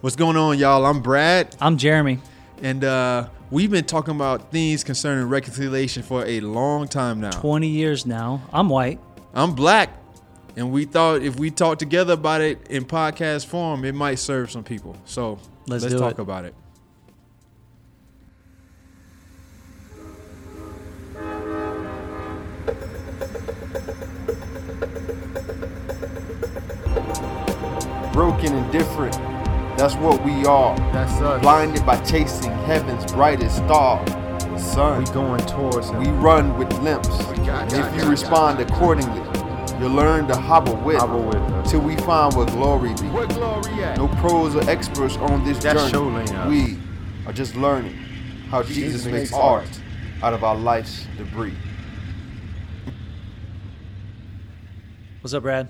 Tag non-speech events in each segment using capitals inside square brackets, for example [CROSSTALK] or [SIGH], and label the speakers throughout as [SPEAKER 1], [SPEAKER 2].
[SPEAKER 1] What's going on, y'all? I'm Brad,
[SPEAKER 2] I'm Jeremy.
[SPEAKER 1] and uh, we've been talking about things concerning reconciliation for a long time now.
[SPEAKER 2] 20 years now. I'm white.
[SPEAKER 1] I'm black, and we thought if we talked together about it in podcast form, it might serve some people. So
[SPEAKER 2] Let's
[SPEAKER 1] let's,
[SPEAKER 2] do
[SPEAKER 1] talk
[SPEAKER 2] it.
[SPEAKER 1] about it.
[SPEAKER 3] broken and different. That's what we are.
[SPEAKER 4] That's us.
[SPEAKER 3] Blinded by chasing heaven's brightest star. Sun,
[SPEAKER 4] We going towards him.
[SPEAKER 3] we run with limps.
[SPEAKER 4] got-
[SPEAKER 3] And
[SPEAKER 4] got-
[SPEAKER 3] if you
[SPEAKER 4] got-
[SPEAKER 3] respond accordingly, you'll learn to hobble with.
[SPEAKER 4] Hobble with us.
[SPEAKER 3] Till we find what glory be.
[SPEAKER 4] what glory at?
[SPEAKER 3] No pros or experts on this
[SPEAKER 4] That's
[SPEAKER 3] journey.
[SPEAKER 4] show layup.
[SPEAKER 3] We are just learning how Jesus, makes art out of our life's debris.
[SPEAKER 2] What's up, Brad?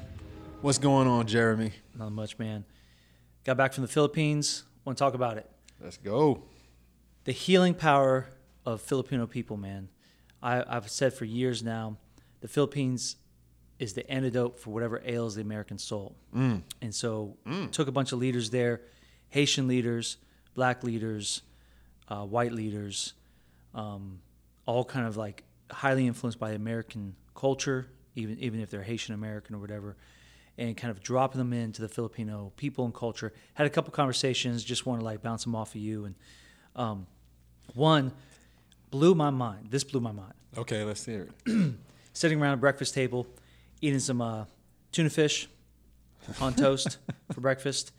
[SPEAKER 1] What's going on, Jeremy?
[SPEAKER 2] Not much, man. Got back from the Philippines. Want to talk about it.
[SPEAKER 1] Let's go.
[SPEAKER 2] The healing power of Filipino people, man. I, I've said for years now, the Philippines is the antidote for whatever ails the American soul. And so, took a bunch of leaders there Haitian leaders, black leaders, uh, white leaders, um, all kind of like highly influenced by American culture, even even if they're Haitian American or whatever, and kind of dropping them into the Filipino people and culture. Had a couple conversations, just want to like bounce them off of you. And um, one blew my mind. This blew my mind.
[SPEAKER 1] Okay, let's hear it.
[SPEAKER 2] Sitting around a breakfast table, eating some uh, tuna fish on toast for breakfast,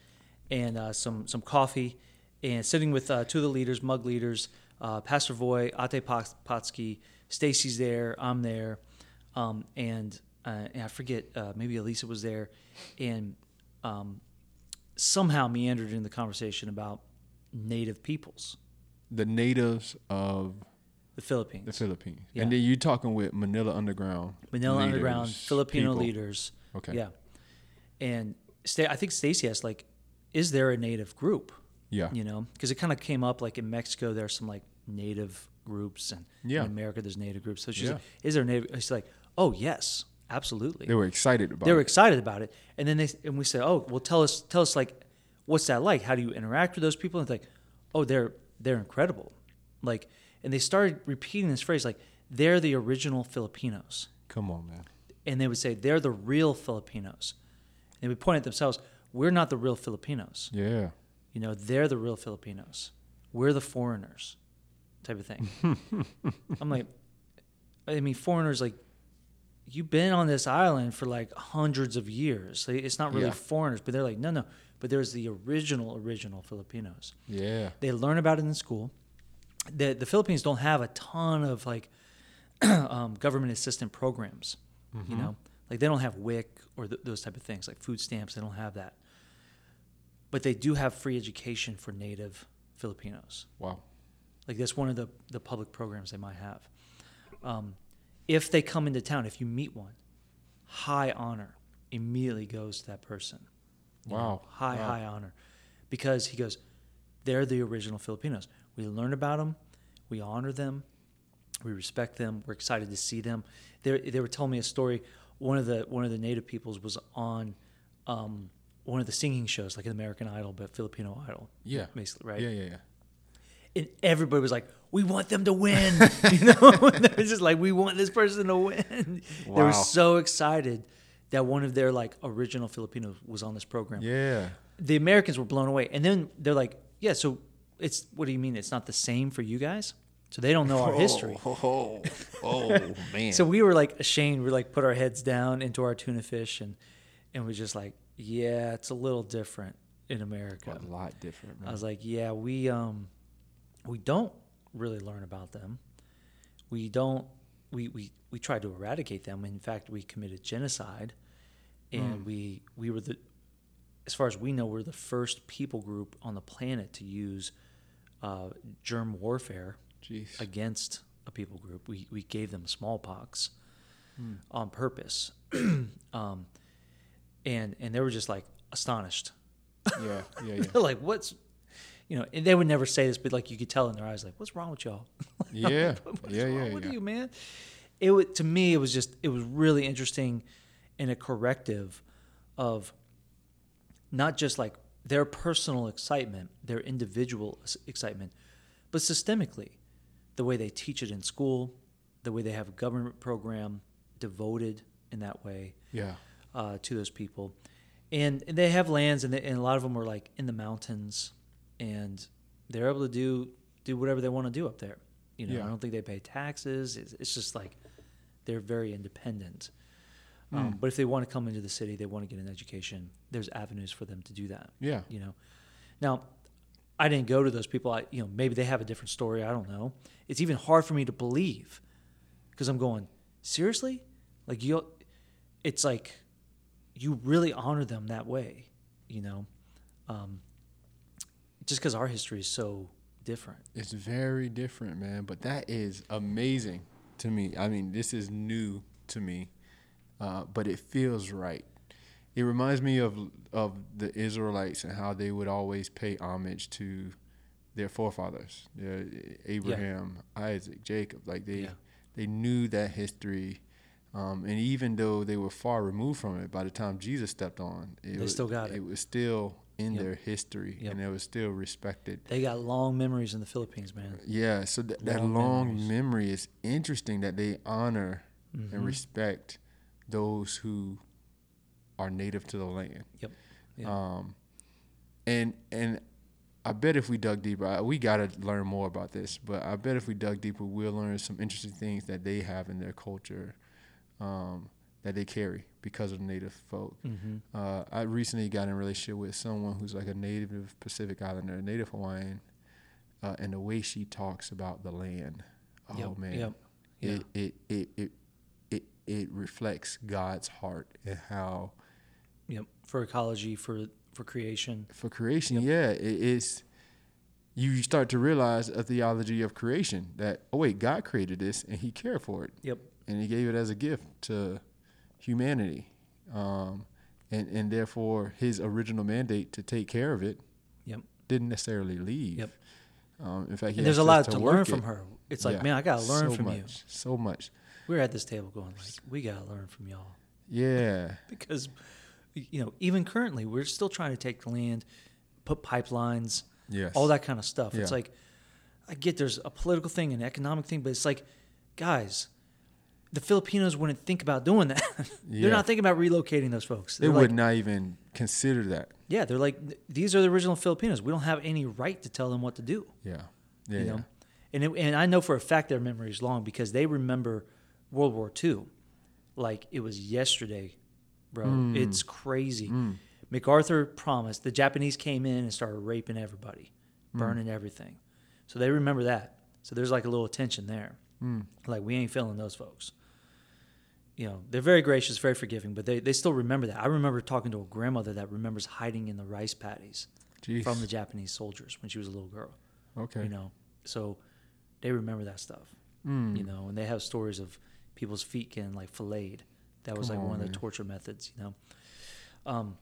[SPEAKER 2] and uh, some some coffee, and sitting with uh, two of the leaders, mug leaders, uh, Pastor Voy, Ate Pot- Potsky, Stacy's there, I'm there, um, and, uh, and I forget uh, maybe Elisa was there, and um, somehow meandered in the conversation about Native peoples,
[SPEAKER 1] The natives of
[SPEAKER 2] the Philippines.
[SPEAKER 1] the Philippines,
[SPEAKER 2] Yeah.
[SPEAKER 1] and then you're talking with Manila Underground.
[SPEAKER 2] Manila
[SPEAKER 1] leaders,
[SPEAKER 2] Underground, Filipino
[SPEAKER 1] people.
[SPEAKER 2] leaders.
[SPEAKER 1] Okay.
[SPEAKER 2] Yeah. And sta I think Stacy asked, like, is there a native group?
[SPEAKER 1] Yeah.
[SPEAKER 2] You know, because it kind of came up like in Mexico, there are some like native groups, and
[SPEAKER 1] Yeah.
[SPEAKER 2] in America, there's native groups. So she's
[SPEAKER 1] Yeah.
[SPEAKER 2] like, is there a native? She's like, oh, yes, absolutely.
[SPEAKER 1] They were excited about
[SPEAKER 2] They were
[SPEAKER 1] it.
[SPEAKER 2] excited about it. And then they and we said, "Oh, well, tell us, tell us like, what's that like? How do you interact with those people?" And it's like, "Oh, they're they're incredible." Like, and they started repeating this phrase like, "They're the original Filipinos,"
[SPEAKER 1] Come on, man.
[SPEAKER 2] and they would say, "They're the real Filipinos." And they would point at themselves, "We're not the real Filipinos.
[SPEAKER 1] Yeah.
[SPEAKER 2] You know, they're the real Filipinos. We're the foreigners," type of thing. I'm like, I mean, foreigners like you've been on this island for like hundreds of years. Like, It's not really
[SPEAKER 1] Yeah.
[SPEAKER 2] foreigners, but they're like, no, no. But there's the original, original Filipinos.
[SPEAKER 1] Yeah.
[SPEAKER 2] They learn about it in school. The, the Philippines don't have a ton of like [CLEARS THROAT] um, government assistant programs, you know, like they don't have WIC or th- those type of things, like food stamps. They don't have that, but they do have free education for Native Filipinos.
[SPEAKER 1] Wow.
[SPEAKER 2] Like that's one of the, the public programs they might have. Um, if they come into town, if you meet one, high honor immediately goes to that person. You know,
[SPEAKER 1] Wow.
[SPEAKER 2] high,
[SPEAKER 1] Wow.
[SPEAKER 2] high honor. Because he goes, they're the original Filipinos. We learn about them, we honor them, we respect them, we're excited to see them. They, they were telling me a story. One of the one of the native peoples was on um, one of the singing shows, like an American Idol, but Filipino Idol.
[SPEAKER 1] Yeah.
[SPEAKER 2] Basically, right?
[SPEAKER 1] Yeah, yeah, yeah.
[SPEAKER 2] and everybody was like, "We want them
[SPEAKER 1] [LAUGHS]
[SPEAKER 2] to win," [LAUGHS] you know. And they were just like, "We want this person to win." They
[SPEAKER 1] Wow.
[SPEAKER 2] were so excited that one of their like original Filipinos was on this program.
[SPEAKER 1] Yeah.
[SPEAKER 2] The Americans were blown away, and then they're like, "Yeah, so it's what do you mean it's not the same for you guys?" So they don't know our history.
[SPEAKER 1] Oh,
[SPEAKER 2] [LAUGHS]
[SPEAKER 1] oh man.
[SPEAKER 2] So we were like ashamed. We like put our heads down into our tuna fish and and was just like, "Yeah, it's a little different in America."
[SPEAKER 1] a lot different.
[SPEAKER 2] I was like, yeah, we um, we don't really learn about them. We don't. We we we tried to eradicate them. In fact, we committed genocide, and we we were the, as far as we know, we're the first people group on the planet to use uh, germ warfare
[SPEAKER 1] Jeez.
[SPEAKER 2] against a people group. We we gave them smallpox on purpose, [CLEARS THROAT] um, and and they were just like astonished
[SPEAKER 1] yeah, yeah,
[SPEAKER 2] [LAUGHS]
[SPEAKER 1] yeah.
[SPEAKER 2] they're like, what's, you know, and they would never say this, but like you could tell in their eyes, like, what's wrong with y'all?
[SPEAKER 1] Yeah.
[SPEAKER 2] What's
[SPEAKER 1] yeah,
[SPEAKER 2] wrong
[SPEAKER 1] yeah,
[SPEAKER 2] with
[SPEAKER 1] yeah.
[SPEAKER 2] you, man? It would, to me, it was just, it was really interesting and a corrective of not just like their personal excitement, their individual s- excitement, but systemically, the way they teach it in school, the way they have a government program devoted in that way
[SPEAKER 1] Yeah.
[SPEAKER 2] uh, to those people. And, and they have lands, and, they, and a lot of them are like in the mountains, and they're able to do do whatever they want to do up there. You know,
[SPEAKER 1] Yeah.
[SPEAKER 2] I don't think they pay taxes. It's, it's just like they're very independent. Um,
[SPEAKER 1] Mm.
[SPEAKER 2] But if they want to come into the city, they want to get an education. There's avenues for them to do that.
[SPEAKER 1] Yeah.
[SPEAKER 2] You know, now I didn't go to those people. I, you know, maybe they have a different story. I don't know. It's even hard for me to believe because I'm going seriously. Like you, it's like you really honor them that way. You know, um, just because our history is so different.
[SPEAKER 1] It's very different, man. But that is amazing to me. I mean, this is new to me, uh, but it feels right. It reminds me of of the Israelites and how they would always pay homage to their forefathers, their eh, Abraham, Isaac, Jacob. Like they
[SPEAKER 2] Yeah.
[SPEAKER 1] they knew that history, um, and even though they were far removed from it, by the time Jesus stepped on, it
[SPEAKER 2] They
[SPEAKER 1] was,
[SPEAKER 2] still got it.
[SPEAKER 1] It was still in
[SPEAKER 2] Yep.
[SPEAKER 1] their history,
[SPEAKER 2] Yep.
[SPEAKER 1] and it was still respected.
[SPEAKER 2] They got long memories in the Philippines, man.
[SPEAKER 1] Yeah, so th- that
[SPEAKER 2] Long
[SPEAKER 1] long
[SPEAKER 2] memories.
[SPEAKER 1] memory is interesting that they honor
[SPEAKER 2] Mm-hmm.
[SPEAKER 1] and respect those who are native to the land.
[SPEAKER 2] Yep. Yeah.
[SPEAKER 1] Um, and and I bet if we dug deeper, I, we gotta learn more about this. But I bet if we dug deeper, we'll learn some interesting things that they have in their culture um, that they carry because of native folk.
[SPEAKER 2] Mm-hmm.
[SPEAKER 1] Uh, I recently got in a relationship with someone who's like a native Pacific Islander, a native Hawaiian, uh, and the way she talks about the land, oh
[SPEAKER 2] Yep,
[SPEAKER 1] man,
[SPEAKER 2] yep,
[SPEAKER 1] It, it it it it it reflects God's heart and how
[SPEAKER 2] Yep. For ecology, for for creation.
[SPEAKER 1] for creation, yeah, it is. You start to realize a theology of creation that oh wait, God created this and He cared for it.
[SPEAKER 2] Yep.
[SPEAKER 1] and he gave it as a gift to humanity um, and and therefore his original mandate to take care of it
[SPEAKER 2] Yep.
[SPEAKER 1] didn't necessarily leave
[SPEAKER 2] Yep.
[SPEAKER 1] um, in fact he
[SPEAKER 2] And there's a
[SPEAKER 1] asked
[SPEAKER 2] lot
[SPEAKER 1] us
[SPEAKER 2] to, learn
[SPEAKER 1] work
[SPEAKER 2] from
[SPEAKER 1] it.
[SPEAKER 2] her. It's like,
[SPEAKER 1] Yeah,
[SPEAKER 2] man, I gotta learn
[SPEAKER 1] so
[SPEAKER 2] from you.
[SPEAKER 1] much, so much
[SPEAKER 2] We were at this table going like, we gotta learn from y'all
[SPEAKER 1] yeah
[SPEAKER 2] because, you know, even currently we're still trying to take the land, put pipelines,
[SPEAKER 1] Yes.
[SPEAKER 2] all that kind of stuff. It's
[SPEAKER 1] Yeah.
[SPEAKER 2] like, I get there's a political thing and economic thing, but it's like, guys, the Filipinos wouldn't think about doing that. [LAUGHS]
[SPEAKER 1] Yeah.
[SPEAKER 2] They're not thinking about relocating those folks.
[SPEAKER 1] they
[SPEAKER 2] They're
[SPEAKER 1] would
[SPEAKER 2] like,
[SPEAKER 1] not even consider that
[SPEAKER 2] Yeah, they're like, these are the original Filipinos. We don't have any right to tell them what to do.
[SPEAKER 1] yeah yeah
[SPEAKER 2] you
[SPEAKER 1] yeah.
[SPEAKER 2] know and it, and i know for a fact their memory is long because they remember world war ii like it was yesterday bro
[SPEAKER 1] Mm.
[SPEAKER 2] it's crazy macarthur promised the japanese came in and started raping everybody
[SPEAKER 1] Mm.
[SPEAKER 2] burning everything so they remember that so there's like a little tension there
[SPEAKER 1] Mm.
[SPEAKER 2] like we ain't feeling those folks you know they're very gracious very forgiving but they, they still remember that i remember talking to a grandmother that remembers hiding in the rice paddies
[SPEAKER 1] Jeez.
[SPEAKER 2] from the japanese soldiers when she was a little girl
[SPEAKER 1] okay
[SPEAKER 2] you know so they remember that stuff
[SPEAKER 1] Mm.
[SPEAKER 2] you know and they have stories of people's feet getting like filleted that was
[SPEAKER 1] Come
[SPEAKER 2] like
[SPEAKER 1] on,
[SPEAKER 2] one of
[SPEAKER 1] man.
[SPEAKER 2] the torture methods you know um,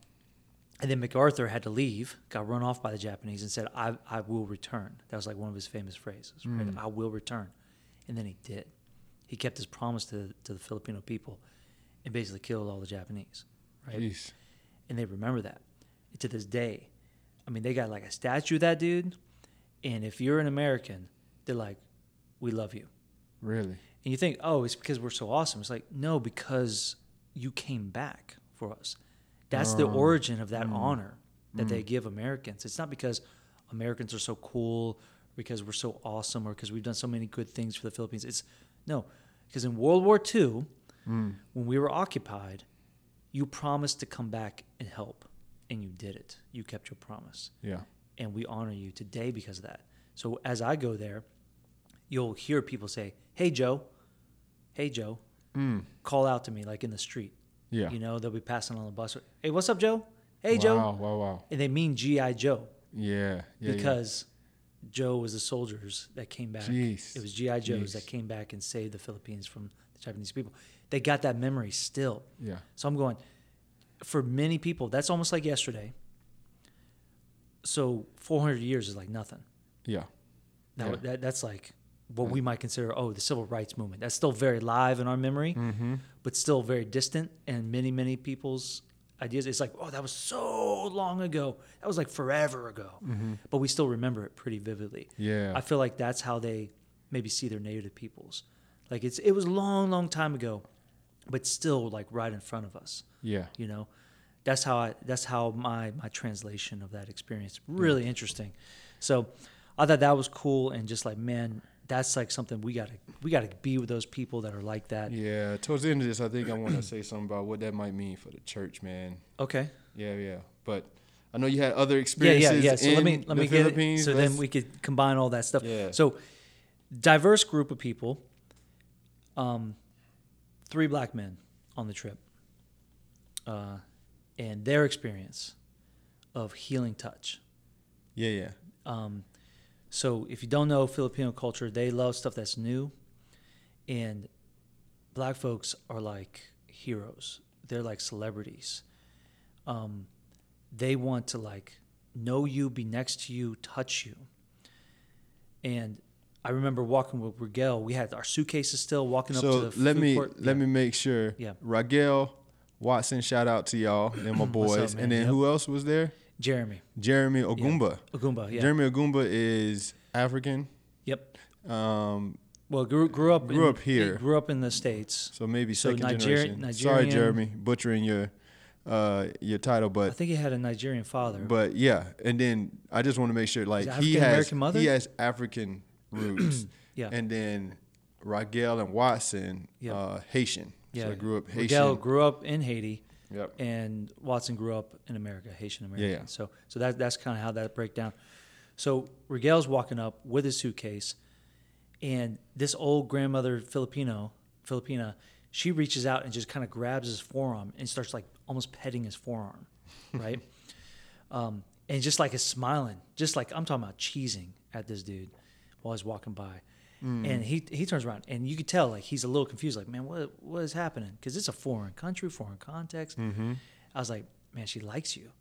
[SPEAKER 2] and then macarthur had to leave got run off by the japanese and said i, I will return that was like one of his famous phrases right?
[SPEAKER 1] Mm.
[SPEAKER 2] i will return and then he did he kept his promise to, to the filipino people and basically killed all the japanese right
[SPEAKER 1] Jeez.
[SPEAKER 2] and they remember that And to this day. I mean, they got like a statue of that dude, and if you're an American, they're like, "We love you."
[SPEAKER 1] really
[SPEAKER 2] And you think, "Oh, it's because we're so awesome." It's like, no, because you came back for us. That's the origin of that honor that they give Americans. It's not because Americans are so cool, because we're so awesome, or because we've done so many good things for the Philippines. It's no, because in World War II, when we were occupied, you promised to come back and help, and you did it. You kept your promise,
[SPEAKER 1] yeah
[SPEAKER 2] and we honor you today because of that. So as I go there, you'll hear people say, "Hey Joe, hey Joe," call out to me like in the street.
[SPEAKER 1] Mm. yeah
[SPEAKER 2] You know, they'll be passing on the bus. Hey, what's up, Joe? Hey
[SPEAKER 1] wow,
[SPEAKER 2] Joe,
[SPEAKER 1] wow wow
[SPEAKER 2] and they mean GI Joe
[SPEAKER 1] yeah, yeah yeah.
[SPEAKER 2] because Joe was the soldiers that came back.
[SPEAKER 1] Jeez.
[SPEAKER 2] It was GI Joes
[SPEAKER 1] Jeez.
[SPEAKER 2] that came back and saved the Philippines from the Japanese people. They got that memory still.
[SPEAKER 1] yeah
[SPEAKER 2] So I'm going, for many people, that's almost like yesterday. So 400 years is like nothing.
[SPEAKER 1] yeah
[SPEAKER 2] That,
[SPEAKER 1] Yeah.
[SPEAKER 2] that, that's like what we might consider, oh, the civil rights movement. That's still very live in our memory, but still very distant in many, many people's ideas. It's like, oh, that was so long ago. That was like forever ago. But we still remember it pretty vividly.
[SPEAKER 1] Yeah.
[SPEAKER 2] I feel like that's how they maybe see their native peoples. Like it's it was a long, long time ago, but still like right in front of us.
[SPEAKER 1] Yeah.
[SPEAKER 2] You know? That's how I that's how my my translation of that experience. Really
[SPEAKER 1] Mm.
[SPEAKER 2] interesting. So I thought that was cool and just like, man, that's like something we gotta we gotta be with those people that are like that.
[SPEAKER 1] Yeah. Towards the end of this, I think I want to say something about what that might mean for the church, man.
[SPEAKER 2] Okay.
[SPEAKER 1] Yeah, yeah. But I know you had other
[SPEAKER 2] yeah, yeah,
[SPEAKER 1] experiences
[SPEAKER 2] yeah. So
[SPEAKER 1] in
[SPEAKER 2] let me let
[SPEAKER 1] the
[SPEAKER 2] me get it,
[SPEAKER 1] Philippines.
[SPEAKER 2] so
[SPEAKER 1] Let's-
[SPEAKER 2] then we could combine all that stuff.
[SPEAKER 1] Yeah.
[SPEAKER 2] So diverse group of people. Um, three black men on the trip. Uh, and their experience of healing touch.
[SPEAKER 1] yeah, yeah,
[SPEAKER 2] Um, so if you don't know Filipino culture, they love stuff that's new, and black folks are like heroes. They're like celebrities. Um, they want to like know you, be next to you, touch you. And I remember walking with Rigel. We had our suitcases still walking up
[SPEAKER 1] So
[SPEAKER 2] to the
[SPEAKER 1] let
[SPEAKER 2] food
[SPEAKER 1] me
[SPEAKER 2] court.
[SPEAKER 1] let me make sure.
[SPEAKER 2] Yeah.
[SPEAKER 1] Ragel Watson, shout out to y'all and my
[SPEAKER 2] [CLEARS THROAT] What's up,
[SPEAKER 1] boys.
[SPEAKER 2] man?
[SPEAKER 1] and then
[SPEAKER 2] Yep.
[SPEAKER 1] who else was there?
[SPEAKER 2] Jeremy
[SPEAKER 1] Jeremy Ogumba.
[SPEAKER 2] Agumba. Oh, Yeah.
[SPEAKER 1] Jeremy Ogumba is African.
[SPEAKER 2] Yep.
[SPEAKER 1] Um,
[SPEAKER 2] Well, grew, grew up
[SPEAKER 1] Grew
[SPEAKER 2] in-
[SPEAKER 1] up here.
[SPEAKER 2] Grew up in the states.
[SPEAKER 1] so maybe
[SPEAKER 2] So
[SPEAKER 1] second
[SPEAKER 2] Niger-
[SPEAKER 1] generation. Sorry,
[SPEAKER 2] Nigerian-
[SPEAKER 1] Jeremy, butchering your uh, your title,
[SPEAKER 2] I
[SPEAKER 1] but
[SPEAKER 2] think he had a Nigerian father.
[SPEAKER 1] but yeah. And then I just want to make sure like
[SPEAKER 2] it
[SPEAKER 1] he has
[SPEAKER 2] African-American mother?
[SPEAKER 1] he has African
[SPEAKER 2] [CLEARS THROAT]
[SPEAKER 1] roots.
[SPEAKER 2] Yeah.
[SPEAKER 1] And then Ragel and Watson,
[SPEAKER 2] Yeah.
[SPEAKER 1] uh, Haitian. So I grew up Haitian.
[SPEAKER 2] Miguel grew up in Haiti,
[SPEAKER 1] Yep.
[SPEAKER 2] and Watson grew up in America, Haitian American.
[SPEAKER 1] Yeah.
[SPEAKER 2] So so that that's kind of how that break down. So Regal's walking up with his suitcase, and this old grandmother Filipino Filipina, she reaches out and just kind of grabs his forearm and starts like almost petting his
[SPEAKER 1] [LAUGHS]
[SPEAKER 2] forearm, right? um, and just like is smiling, just like I'm talking about cheesing at this dude while he's walking by,
[SPEAKER 1] Hmm.
[SPEAKER 2] and he he turns around and you could tell like he's a little confused, like man, what what is happening? Because it's a foreign country, foreign context.
[SPEAKER 1] Mm-hmm.
[SPEAKER 2] I was like, man, she likes you,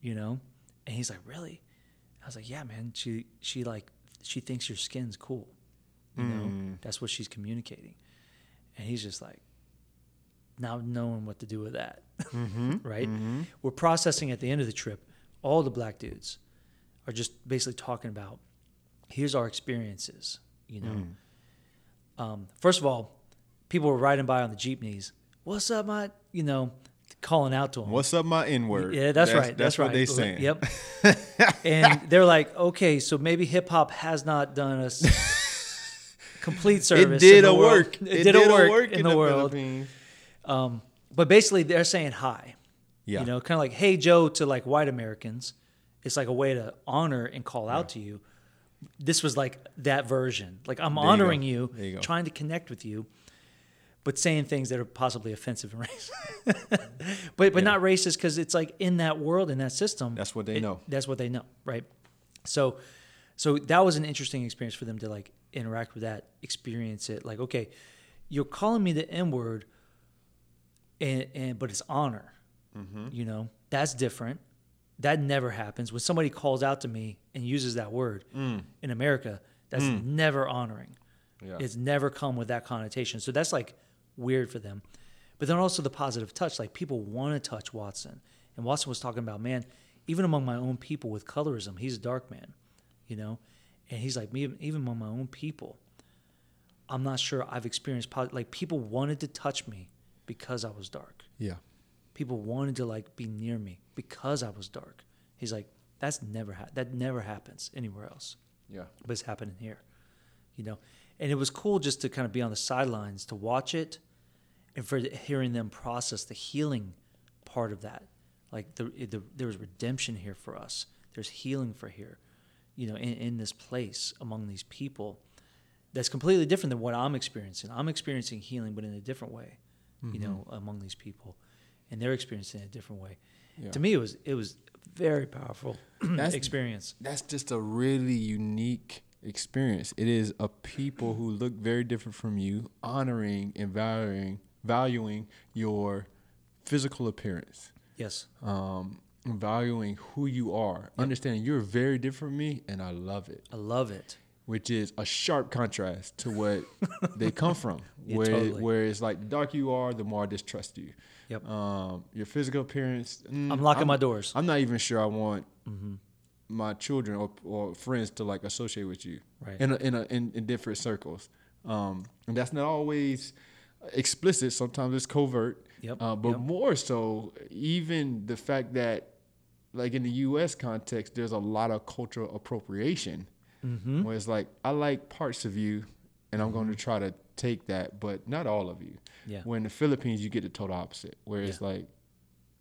[SPEAKER 2] you know, and he's like, really? I was like, yeah, man, she she like she thinks your skin's cool, you know, that's what she's communicating, and he's just like, not knowing what to do with that. [LAUGHS] right? We're processing at the end of the trip. All the black dudes are just basically talking about here's our experiences, you know. Um, first of all, people were riding by on the jeepneys. What's up, my, you know, calling out to them.
[SPEAKER 1] What's up, my N word?
[SPEAKER 2] Yeah, that's, right.
[SPEAKER 1] That's,
[SPEAKER 2] That's,
[SPEAKER 1] what
[SPEAKER 2] right.
[SPEAKER 1] they saying. [LAUGHS]
[SPEAKER 2] Yep. and they're like, okay, so maybe hip hop has not done
[SPEAKER 1] [LAUGHS]
[SPEAKER 2] us complete service.
[SPEAKER 1] It did
[SPEAKER 2] in the
[SPEAKER 1] a
[SPEAKER 2] world.
[SPEAKER 1] work.
[SPEAKER 2] It, did, a work, in, the, world.
[SPEAKER 1] Philippines.
[SPEAKER 2] Um, but basically, they're saying hi.
[SPEAKER 1] Yeah.
[SPEAKER 2] You know, kind of like "Hey Joe" to like white Americans. It's like a way to honor and call out to you. This was like that version. Like I'm
[SPEAKER 1] you go.
[SPEAKER 2] honoring you,
[SPEAKER 1] There you go.
[SPEAKER 2] trying to connect with you, but saying things that are possibly offensive and [LAUGHS] racist. but but not racist because it's like in that world in that system.
[SPEAKER 1] That's what they
[SPEAKER 2] it-
[SPEAKER 1] know.
[SPEAKER 2] That's what they know, right? So so that was an interesting experience for them to like interact with that, experience it. Like okay, you're calling me the N word, and, and but it's honor. You know, that's different. That never happens. When somebody calls out to me and uses that word in America, that's never honoring.
[SPEAKER 1] Yeah.
[SPEAKER 2] It's never come with that connotation. So that's like weird for them. But then also the positive touch, like people want to touch Watson. And Watson was talking about, man, even among my own people with colorism, he's a dark man, you know? And he's like, me, even among my own people, I'm not sure I've experienced, posi- like, people wanted to touch me because I was dark
[SPEAKER 1] Yeah.
[SPEAKER 2] people wanted to like be near me because I was dark. He's like, that's never ha- that never happens anywhere else,
[SPEAKER 1] Yeah.
[SPEAKER 2] but it's happening here, you know. And it was cool just to kind of be on the sidelines to watch it, and for the- hearing them process the healing part of that. Like the, the there was redemption here for us. There's healing for here, you know, in, in this place among these people. That's completely different than what I'm experiencing. I'm experiencing healing, but in a different way,
[SPEAKER 1] Mm-hmm.
[SPEAKER 2] you know, among these people, and they're experiencing it a different way.
[SPEAKER 1] Yeah.
[SPEAKER 2] To me, it was it was very powerful [CLEARS THROAT]
[SPEAKER 1] That's-
[SPEAKER 2] experience.
[SPEAKER 1] That's just a really unique experience. It is a people who look very different from you, honoring and valuing valuing your physical appearance.
[SPEAKER 2] Yes.
[SPEAKER 1] Um valuing who you are, understanding you're very different from me and I love it.
[SPEAKER 2] I love it.
[SPEAKER 1] which is a sharp contrast to
[SPEAKER 2] [LAUGHS]
[SPEAKER 1] what they come from,
[SPEAKER 2] Yeah,
[SPEAKER 1] where
[SPEAKER 2] totally.
[SPEAKER 1] where it's like the darker you are, the more I distrust you.
[SPEAKER 2] Yep.
[SPEAKER 1] Um, your physical appearance. mm,
[SPEAKER 2] I'm locking my doors.
[SPEAKER 1] I'm not even sure I want
[SPEAKER 2] Mm-hmm.
[SPEAKER 1] my children or, or friends to like associate with you
[SPEAKER 2] Right.
[SPEAKER 1] in a, in, a, in in different circles. Um, and that's not always explicit. Sometimes it's covert.
[SPEAKER 2] Yep,
[SPEAKER 1] Uh, but
[SPEAKER 2] yep.
[SPEAKER 1] more so, even the fact that, like in the U.S. context, there's a lot of cultural appropriation,
[SPEAKER 2] Mm-hmm.
[SPEAKER 1] where it's like I like parts of you, and I'm going to try to take that, but not all of you.
[SPEAKER 2] Yeah.
[SPEAKER 1] Where in the Philippines, you get the total opposite, where it's like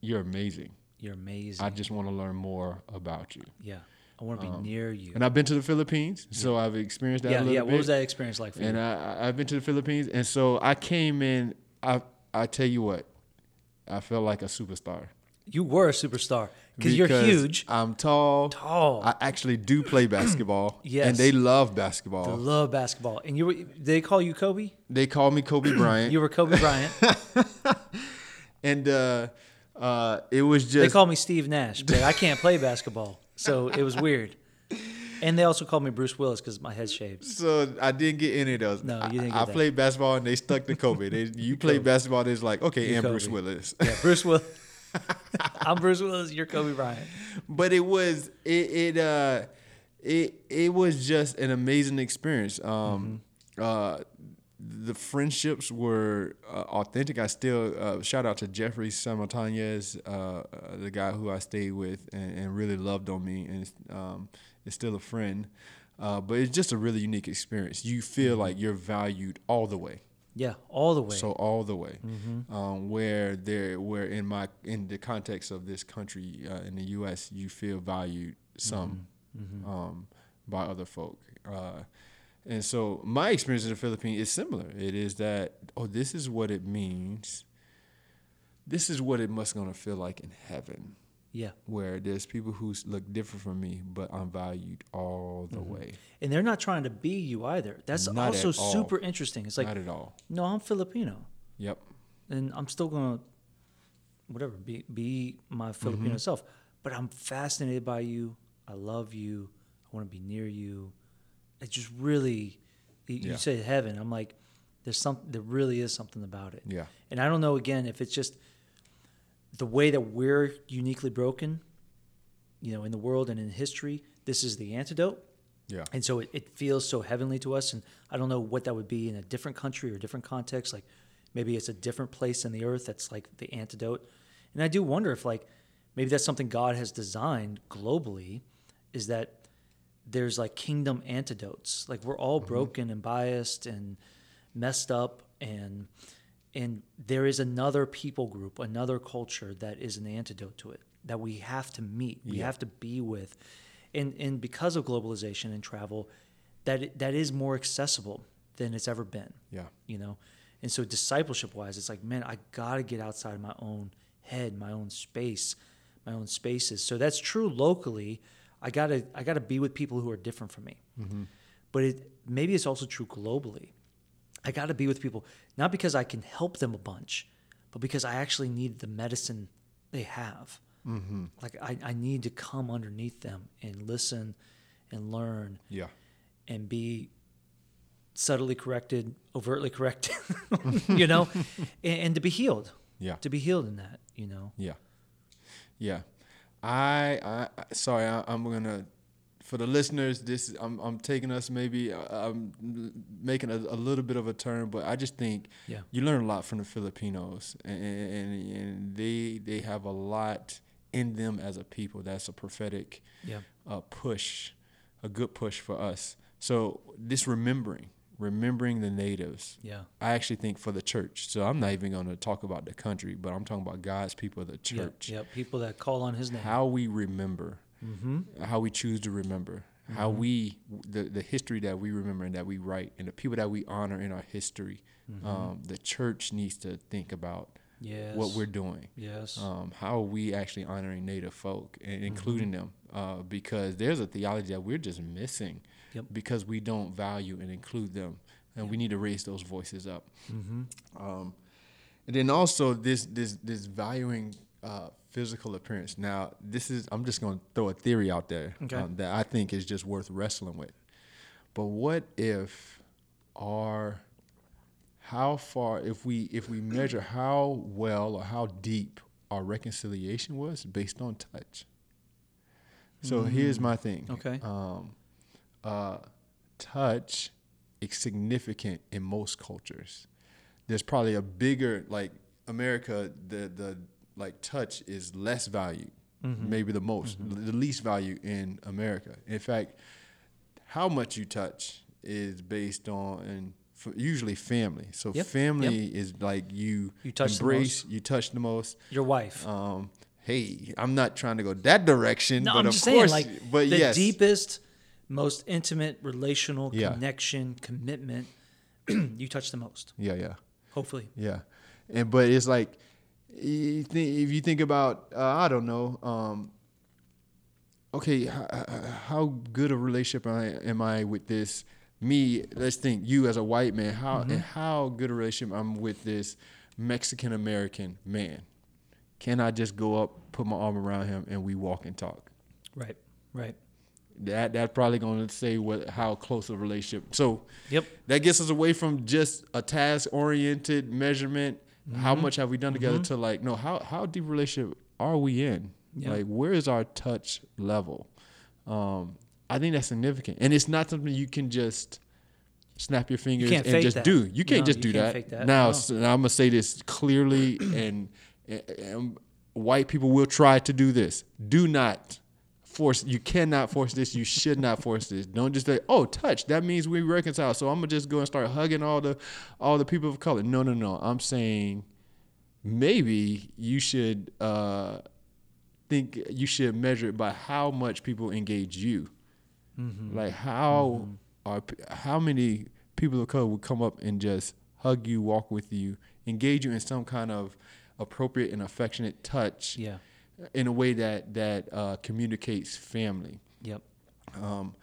[SPEAKER 1] you're amazing.
[SPEAKER 2] You're amazing.
[SPEAKER 1] I just want to learn more about you.
[SPEAKER 2] yeah. I want to be near you.
[SPEAKER 1] And I've been to the Philippines, so I've experienced that a
[SPEAKER 2] Yeah,
[SPEAKER 1] little
[SPEAKER 2] yeah.
[SPEAKER 1] bit.
[SPEAKER 2] What was that experience like for you?
[SPEAKER 1] And I, I- I've been to the Philippines, and so I came in. I I tell you what, I felt like a superstar
[SPEAKER 2] You were a superstar because you're huge.
[SPEAKER 1] I'm tall.
[SPEAKER 2] Tall.
[SPEAKER 1] I actually do
[SPEAKER 2] [CLEARS THROAT]
[SPEAKER 1] play basketball.
[SPEAKER 2] Yes.
[SPEAKER 1] and they love
[SPEAKER 2] I
[SPEAKER 1] basketball.
[SPEAKER 2] love basketball, and you were. Did they call you Kobe?
[SPEAKER 1] they call me
[SPEAKER 2] [CLEARS THROAT]
[SPEAKER 1] Kobe Bryant,
[SPEAKER 2] You were Kobe
[SPEAKER 1] [LAUGHS]
[SPEAKER 2] Bryant.
[SPEAKER 1] and uh, uh, it was just
[SPEAKER 2] they called me Steve Nash, but I can't play basketball, so it was weird. And they also called me Bruce Willis because my head's shaved.
[SPEAKER 1] So I didn't get any of those.
[SPEAKER 2] No,
[SPEAKER 1] I-
[SPEAKER 2] you didn't
[SPEAKER 1] I,
[SPEAKER 2] get that.
[SPEAKER 1] played basketball and they stuck to Kobe.
[SPEAKER 2] [LAUGHS]
[SPEAKER 1] They, you played basketball, they was like, okay, and Bruce
[SPEAKER 2] Kobe.
[SPEAKER 1] Willis. [LAUGHS]
[SPEAKER 2] Yeah, Bruce Willis. [LAUGHS] I'm Bruce Willis. You're Kobe Bryant.
[SPEAKER 1] but it was it it uh it it was just an amazing experience. Um, uh, the friendships were uh, authentic. I still uh, shout out to Jeffrey Samatanyas, uh, uh, the guy who I stayed with and, and really loved on me, and is, um, is still a friend. Uh, but it's just a really unique experience. You feel like you're valued all the way.
[SPEAKER 2] Yeah, all the way. Mm-hmm.
[SPEAKER 1] So all the way, um, where there, where in my in the context of this country uh, in the U.S., you feel valued some
[SPEAKER 2] Mm-hmm.
[SPEAKER 1] Um, by other folk, uh, and so my experience in the Philippines is similar. It is that oh, this is what it means. This is what it must gonna feel like in heaven,
[SPEAKER 2] yeah,
[SPEAKER 1] where there's people who s- look different from me, but I'm valued all the
[SPEAKER 2] Mm-hmm.
[SPEAKER 1] way.
[SPEAKER 2] and they're not trying to be you either. That's
[SPEAKER 1] Not at
[SPEAKER 2] also
[SPEAKER 1] all.
[SPEAKER 2] super interesting. It's
[SPEAKER 1] Not
[SPEAKER 2] like,
[SPEAKER 1] at all.
[SPEAKER 2] no, I'm Filipino,
[SPEAKER 1] Yep.
[SPEAKER 2] and I'm still gonna, whatever, be be my Filipino
[SPEAKER 1] Mm-hmm.
[SPEAKER 2] self. But I'm fascinated by you. I love you. I want to be near you. It just really, you,
[SPEAKER 1] Yeah.
[SPEAKER 2] you say heaven. I'm like, there's some. There really is something about it.
[SPEAKER 1] Yeah.
[SPEAKER 2] And I don't know again if it's just the way that we're uniquely broken, you know, in the world and in history. This is the antidote.
[SPEAKER 1] Yeah.
[SPEAKER 2] And so it, it feels so heavenly to us. And I don't know what that would be in a different country or different context. Like maybe it's a different place in the earth that's like the antidote. And I do wonder if, like, maybe that's something God has designed globally is that there's like kingdom antidotes. Like we're all broken and biased and messed up and and there is another people group, another culture that is an antidote to it that we have to meet, we have to be with. And and because of globalization and travel, that that is more accessible than it's ever been.
[SPEAKER 1] Yeah.
[SPEAKER 2] You know? And so discipleship wise, it's like, man, I gotta get outside of my own head, my own space, my own spaces. So that's true locally. I gotta I gotta be with people who are different from me. But it maybe it's also true globally. I gotta be with people, not because I can help them a bunch, but because I actually need the medicine they have. Mm-hmm. Like I, I need to come underneath them and listen and learn
[SPEAKER 1] Yeah.
[SPEAKER 2] and be subtly corrected, overtly corrected, [LAUGHS] you know, and, and to be healed.
[SPEAKER 1] Yeah.
[SPEAKER 2] To be healed in that, you know.
[SPEAKER 1] Yeah, yeah. I, I I- sorry. I, I'm gonna for the listeners. This I'm I'm taking us maybe uh, I'm making a, a little bit of a turn, but I just think
[SPEAKER 2] Yeah.
[SPEAKER 1] you learn a lot from the Filipinos, and, and and they they have a lot in them as a people. That's a prophetic
[SPEAKER 2] Yeah.
[SPEAKER 1] a push, a good push for us. So this remembering, remembering the natives.
[SPEAKER 2] Yeah.
[SPEAKER 1] I actually think for the church. So I'm not even going to talk about the country, but I'm talking about God's people, the
[SPEAKER 2] Yeah.
[SPEAKER 1] church.
[SPEAKER 2] Yeah. People that call on his name.
[SPEAKER 1] How we remember,
[SPEAKER 2] Mm-hmm.
[SPEAKER 1] how we choose to remember, how we the the history that we remember and that we write, and the people that we honor in our history.
[SPEAKER 2] Mm-hmm.
[SPEAKER 1] Um, the church needs to think about
[SPEAKER 2] Yes.
[SPEAKER 1] what we're doing
[SPEAKER 2] Yes.
[SPEAKER 1] um, how are we actually honoring Native folk and including them? Uh, because there's a theology that we're just missing
[SPEAKER 2] Yep.
[SPEAKER 1] because we don't value and include them, and we need to raise those voices up. Um, and then also this this this valuing uh, physical appearance. Now this is I'm just going to throw a theory out there
[SPEAKER 2] Okay.
[SPEAKER 1] um, that I think is just worth wrestling with. But what if our how far if we if we measure how well or how deep our reconciliation was based on touch? So here's my thing.
[SPEAKER 2] Mm. Okay.
[SPEAKER 1] Um, uh, touch is significant in most cultures. There's probably a bigger like America. The the like touch is less valued,
[SPEAKER 2] Mm-hmm.
[SPEAKER 1] maybe the most, the least value in America. In fact, how much you touch is based on and f usually family. So
[SPEAKER 2] Yep,
[SPEAKER 1] family is like you,
[SPEAKER 2] You touch the
[SPEAKER 1] embrace, you touch the most.
[SPEAKER 2] Your wife.
[SPEAKER 1] Um, hey, I'm not trying to go that direction,
[SPEAKER 2] no,
[SPEAKER 1] but
[SPEAKER 2] I'm
[SPEAKER 1] of
[SPEAKER 2] just
[SPEAKER 1] course,
[SPEAKER 2] saying, like
[SPEAKER 1] but
[SPEAKER 2] the
[SPEAKER 1] yes,
[SPEAKER 2] deepest, most intimate relational
[SPEAKER 1] Yeah.
[SPEAKER 2] connection, commitment. [CLEARS THROAT] you touch the most,
[SPEAKER 1] yeah, yeah.
[SPEAKER 2] hopefully.
[SPEAKER 1] Yeah, and but it's like you think, if you think about uh, I don't know, um, okay, how, how good a relationship am I, am I with this? Me, let's think you as a white man, how and how good a relationship I'm with this Mexican American man? Can I just go up, put my arm around him, and we walk and talk?
[SPEAKER 2] Right. Right.
[SPEAKER 1] That that's probably going to say what how close a relationship. So
[SPEAKER 2] Yep.
[SPEAKER 1] that gets us away from just a task oriented measurement. How much have we done together to like, no, how how deep relationship are we in?
[SPEAKER 2] Yeah.
[SPEAKER 1] Like where is our touch level? Um, I think that's significant. And it's not something you can just snap your fingers
[SPEAKER 2] can't
[SPEAKER 1] and
[SPEAKER 2] fake
[SPEAKER 1] just
[SPEAKER 2] that.
[SPEAKER 1] do. You can't
[SPEAKER 2] No,
[SPEAKER 1] just
[SPEAKER 2] you
[SPEAKER 1] do
[SPEAKER 2] can't
[SPEAKER 1] that.
[SPEAKER 2] fake that.
[SPEAKER 1] Now,
[SPEAKER 2] No.
[SPEAKER 1] s- now I'm gonna say this clearly
[SPEAKER 2] [CLEARS THROAT]
[SPEAKER 1] and, and- and white people will try to do this. Do not force you cannot force this you should not force this don't just say oh touch that means we reconcile so i'm gonna just go and start hugging all the all the people of color no no no i'm saying maybe you should uh think you should measure it by how much people engage you like how are p- how many people of color would come up and just hug you walk with you engage you in some kind of appropriate and affectionate touch
[SPEAKER 2] Yeah.
[SPEAKER 1] in a way that that uh, communicates family.
[SPEAKER 2] Yep.
[SPEAKER 1] Um,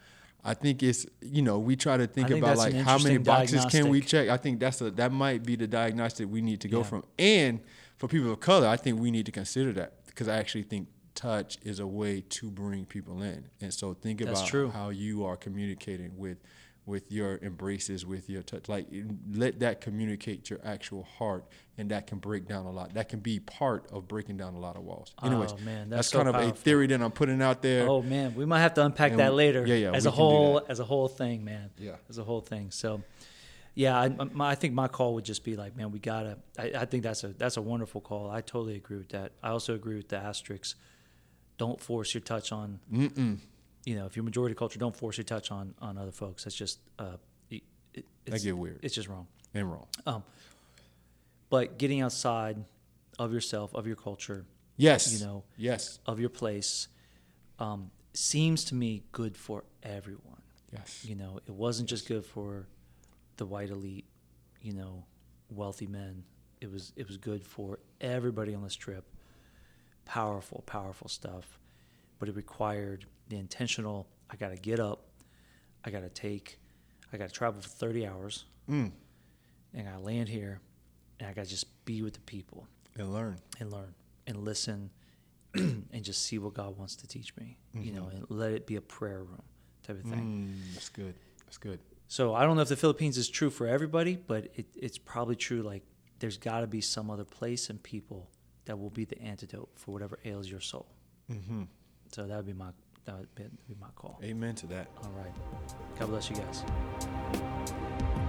[SPEAKER 1] I think it's you know we try to think,
[SPEAKER 2] think
[SPEAKER 1] about
[SPEAKER 2] that's
[SPEAKER 1] like
[SPEAKER 2] an
[SPEAKER 1] how many
[SPEAKER 2] interesting
[SPEAKER 1] boxes can we
[SPEAKER 2] diagnostic.
[SPEAKER 1] check. I think that's a that might be the diagnostic we need to go
[SPEAKER 2] Yeah.
[SPEAKER 1] from. And for people of color, I think we need to consider that because I actually think touch is a way to bring people in. And so think
[SPEAKER 2] That's
[SPEAKER 1] about
[SPEAKER 2] true.
[SPEAKER 1] how you are communicating with with your embraces, with your touch. Like let that communicate your actual heart, and that can break down a lot. That can be part of breaking down a lot of walls. Anyways,
[SPEAKER 2] Oh, man,
[SPEAKER 1] that's,
[SPEAKER 2] that's so
[SPEAKER 1] kind of a
[SPEAKER 2] powerful.
[SPEAKER 1] theory that I'm putting out there.
[SPEAKER 2] Oh man, we might have to unpack
[SPEAKER 1] And
[SPEAKER 2] that
[SPEAKER 1] we-
[SPEAKER 2] later.
[SPEAKER 1] yeah, yeah,
[SPEAKER 2] As
[SPEAKER 1] we can
[SPEAKER 2] a
[SPEAKER 1] do
[SPEAKER 2] whole, as a whole thing, man.
[SPEAKER 1] Yeah.
[SPEAKER 2] As a whole thing. So, yeah, I, my, I think my call would just be like, man, we gotta. I, I think that's a that's a wonderful call. I totally agree with that. I also agree with the asterisks. Don't force your touch on. You know, if you're majority culture, don't force your touch on on other folks. That's just. Uh, it, it- it's,
[SPEAKER 1] get weird.
[SPEAKER 2] It's just wrong. Um,
[SPEAKER 1] and wrong.
[SPEAKER 2] But getting outside of yourself, of your culture,
[SPEAKER 1] Yes.
[SPEAKER 2] you know,
[SPEAKER 1] Yes.
[SPEAKER 2] of your place, um, seems to me good for everyone.
[SPEAKER 1] Yes.
[SPEAKER 2] you know it wasn't just good for the white elite you know wealthy men it was it was good for everybody on this trip powerful powerful stuff but it required the intentional i gotta get up i gotta take i gotta travel for 30 hours
[SPEAKER 1] Mm.
[SPEAKER 2] and i gotta land here and i gotta just be with the people
[SPEAKER 1] And learn.
[SPEAKER 2] and learn and listen [CLEARS THROAT] and just see what god wants to teach me you know and let it be a prayer room type of thing
[SPEAKER 1] Mm. that's good. That's good.
[SPEAKER 2] so I don't know if the Philippines is true for everybody, but it, it's probably true. Like there's got to be some other place and people that will be the antidote for whatever ails your soul. Mm-hmm. So that would be my that would be, be my call.
[SPEAKER 1] Amen to that.
[SPEAKER 2] All right. God bless you guys.